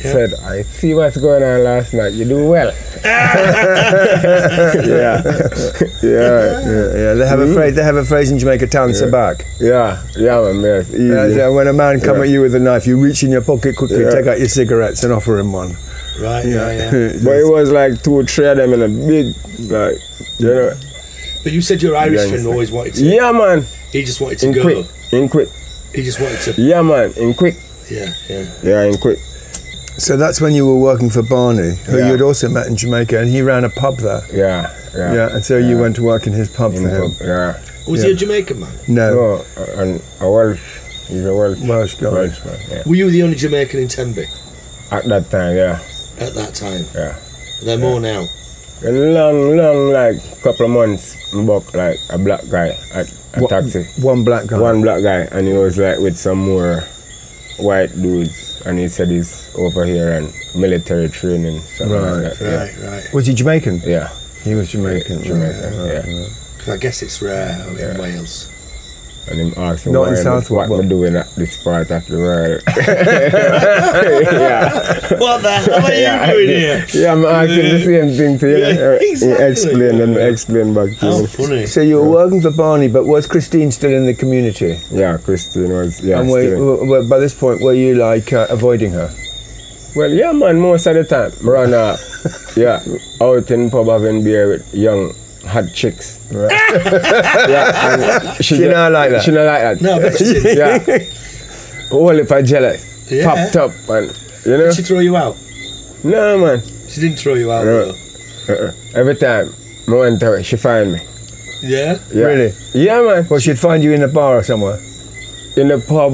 Speaker 3: Said, I see what's going on last night. You do well. yeah, yeah,
Speaker 1: Yeah, yeah, they have a phrase. They have a phrase in Jamaica, "Tan sabac."
Speaker 3: Hmm? yeah, yeah, man. man, It's easy.
Speaker 1: Yeah, so when a man come
Speaker 3: Yeah.
Speaker 1: at you with a knife, you reach in your pocket quickly,
Speaker 3: Yeah.
Speaker 1: take out your cigarettes, and offer him one.
Speaker 2: Right. Yeah. Yeah.
Speaker 3: But it was like two, three of them in a big, like, you know.
Speaker 2: But you said your Irish
Speaker 3: Gangster.
Speaker 2: friend always wanted to.
Speaker 3: Yeah, man.
Speaker 2: He just wanted to
Speaker 3: In
Speaker 2: go.
Speaker 3: quick, in quick.
Speaker 2: He just wanted to.
Speaker 3: Yeah, man. In quick.
Speaker 2: Yeah. Yeah.
Speaker 3: Yeah, in quick.
Speaker 1: So that's when you were working for Barney, who
Speaker 3: Yeah.
Speaker 1: you'd also met in Jamaica, and he ran a pub there.
Speaker 3: Yeah, yeah.
Speaker 1: Yeah, and so you went to work in his pub
Speaker 3: In
Speaker 1: for him.
Speaker 3: pub, yeah.
Speaker 2: Was he a Jamaican man?
Speaker 1: No,
Speaker 3: No, and a Welsh. He's a Welsh.
Speaker 1: Welsh guy.
Speaker 3: Welshman, yeah.
Speaker 2: Were you the only Jamaican in Tembe
Speaker 3: At that time, yeah,
Speaker 2: at that time?
Speaker 3: yeah.
Speaker 2: They're more now.
Speaker 3: A long, long, like, couple of months, I buck, like, a black guy at a
Speaker 1: Wha-
Speaker 3: taxi.
Speaker 1: one black guy.
Speaker 3: One black guy, and he was, like, with some more white dudes, and he said he's over here and military training. something
Speaker 1: Right,
Speaker 3: like that.
Speaker 2: Right. Right.
Speaker 1: Was he Jamaican?
Speaker 3: Yeah.
Speaker 1: He was Jamaican.
Speaker 3: Jamaican, yeah.
Speaker 2: Because I guess it's rare in Wales.
Speaker 3: And him asked me
Speaker 1: Not
Speaker 3: why
Speaker 1: in
Speaker 3: I'm-
Speaker 1: South
Speaker 3: what
Speaker 1: Wa-
Speaker 3: we're doing at this part of the world. yeah.
Speaker 2: What the hell are
Speaker 3: yeah.
Speaker 2: you doing here?
Speaker 3: Yeah, I'm asking the same thing to you.
Speaker 2: Yeah,
Speaker 3: know, he
Speaker 2: exactly.
Speaker 3: Explain and explain back to
Speaker 2: How
Speaker 3: you.
Speaker 2: funny.
Speaker 1: So you were working for Barney, but was Christine still in the community?
Speaker 3: Yeah, Christine was. Yeah,
Speaker 1: and were,
Speaker 3: still-
Speaker 1: were- were- by this point, were you like uh, avoiding her?
Speaker 3: well, yeah, man. Most of the time, I run a, yeah, out in pub having beer with young hot chicks. yeah, and she,
Speaker 1: She
Speaker 3: ju-
Speaker 1: not like that.
Speaker 3: She not like that.
Speaker 2: No, but she did.
Speaker 3: yeah, all if I jealous,
Speaker 2: Yeah.
Speaker 3: popped up, and you know,
Speaker 2: Did she throw you out?
Speaker 3: no, man.
Speaker 2: She didn't throw you out.
Speaker 3: No.
Speaker 2: though.
Speaker 3: Uh-uh. Every time I went to her, she find me.
Speaker 2: Yeah.
Speaker 3: Yeah.
Speaker 1: Really?
Speaker 3: Yeah, man.
Speaker 1: Well, she'd find you in a bar or somewhere.
Speaker 3: In the pub,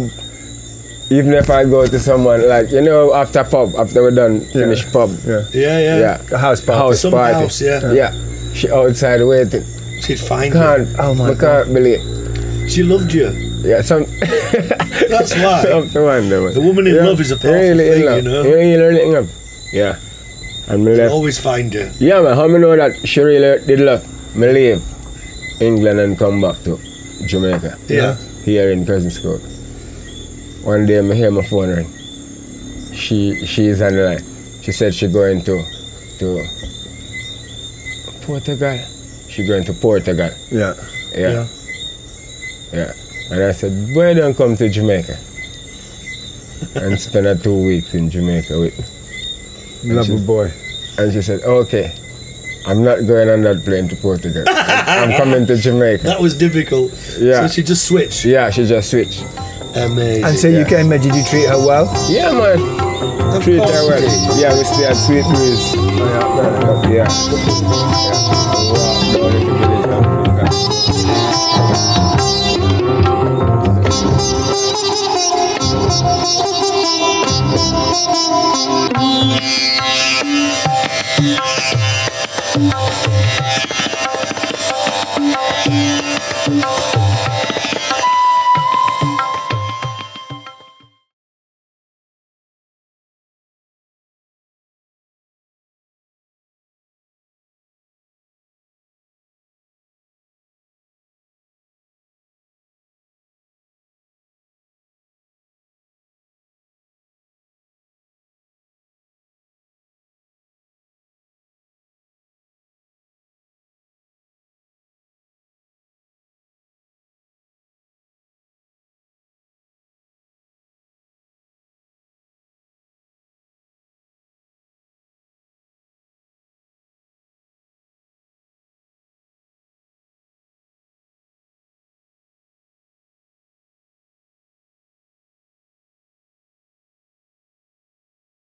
Speaker 3: even if I go to someone, like, you know, after pub, after we're done, finish pub.
Speaker 1: Yeah.
Speaker 2: Yeah. Yeah.
Speaker 3: Yeah.
Speaker 1: A house party.
Speaker 3: House
Speaker 2: Some
Speaker 3: party.
Speaker 2: house, yeah.
Speaker 3: Yeah. She outside waiting.
Speaker 2: She'd find you.
Speaker 3: Can't,
Speaker 1: Oh, my
Speaker 3: I can't believe.
Speaker 2: She loved you.
Speaker 3: Yeah, some.
Speaker 2: That's why.
Speaker 3: some the one, the, one.
Speaker 2: The woman in
Speaker 3: yeah,
Speaker 2: love is a powerful
Speaker 3: really in
Speaker 2: thing,
Speaker 3: love.
Speaker 2: you know?
Speaker 3: Really, really in love. Yeah. And me
Speaker 2: You
Speaker 3: left.
Speaker 2: always find her.
Speaker 3: Yeah, man. How me know that she really did love? Me leave England and come back to Jamaica.
Speaker 2: Yeah.
Speaker 3: Here in Crescent School. One day, me hear my phone ring. She, she is on the line. She said she going to, to Portugal. She going to Portugal.
Speaker 1: Yeah.
Speaker 3: Yeah.
Speaker 2: Yeah.
Speaker 3: Yeah. And I said, why don't come to Jamaica? and spend a two weeks in Jamaica with me.
Speaker 1: Lovely boy.
Speaker 3: And she said, okay, I'm not going on that plane to Portugal. I'm, I'm coming to Jamaica.
Speaker 2: That was difficult.
Speaker 3: Yeah.
Speaker 2: So she just switched.
Speaker 3: Yeah, she just switched.
Speaker 2: Amazing.
Speaker 1: And so you came here, did you treat her well?
Speaker 3: Yeah, man.
Speaker 2: Of
Speaker 3: Treat
Speaker 2: course
Speaker 3: her
Speaker 2: she
Speaker 3: well.
Speaker 2: did.
Speaker 3: Yeah, we stay at Sweet Louis. Yeah. Yeah. Wow.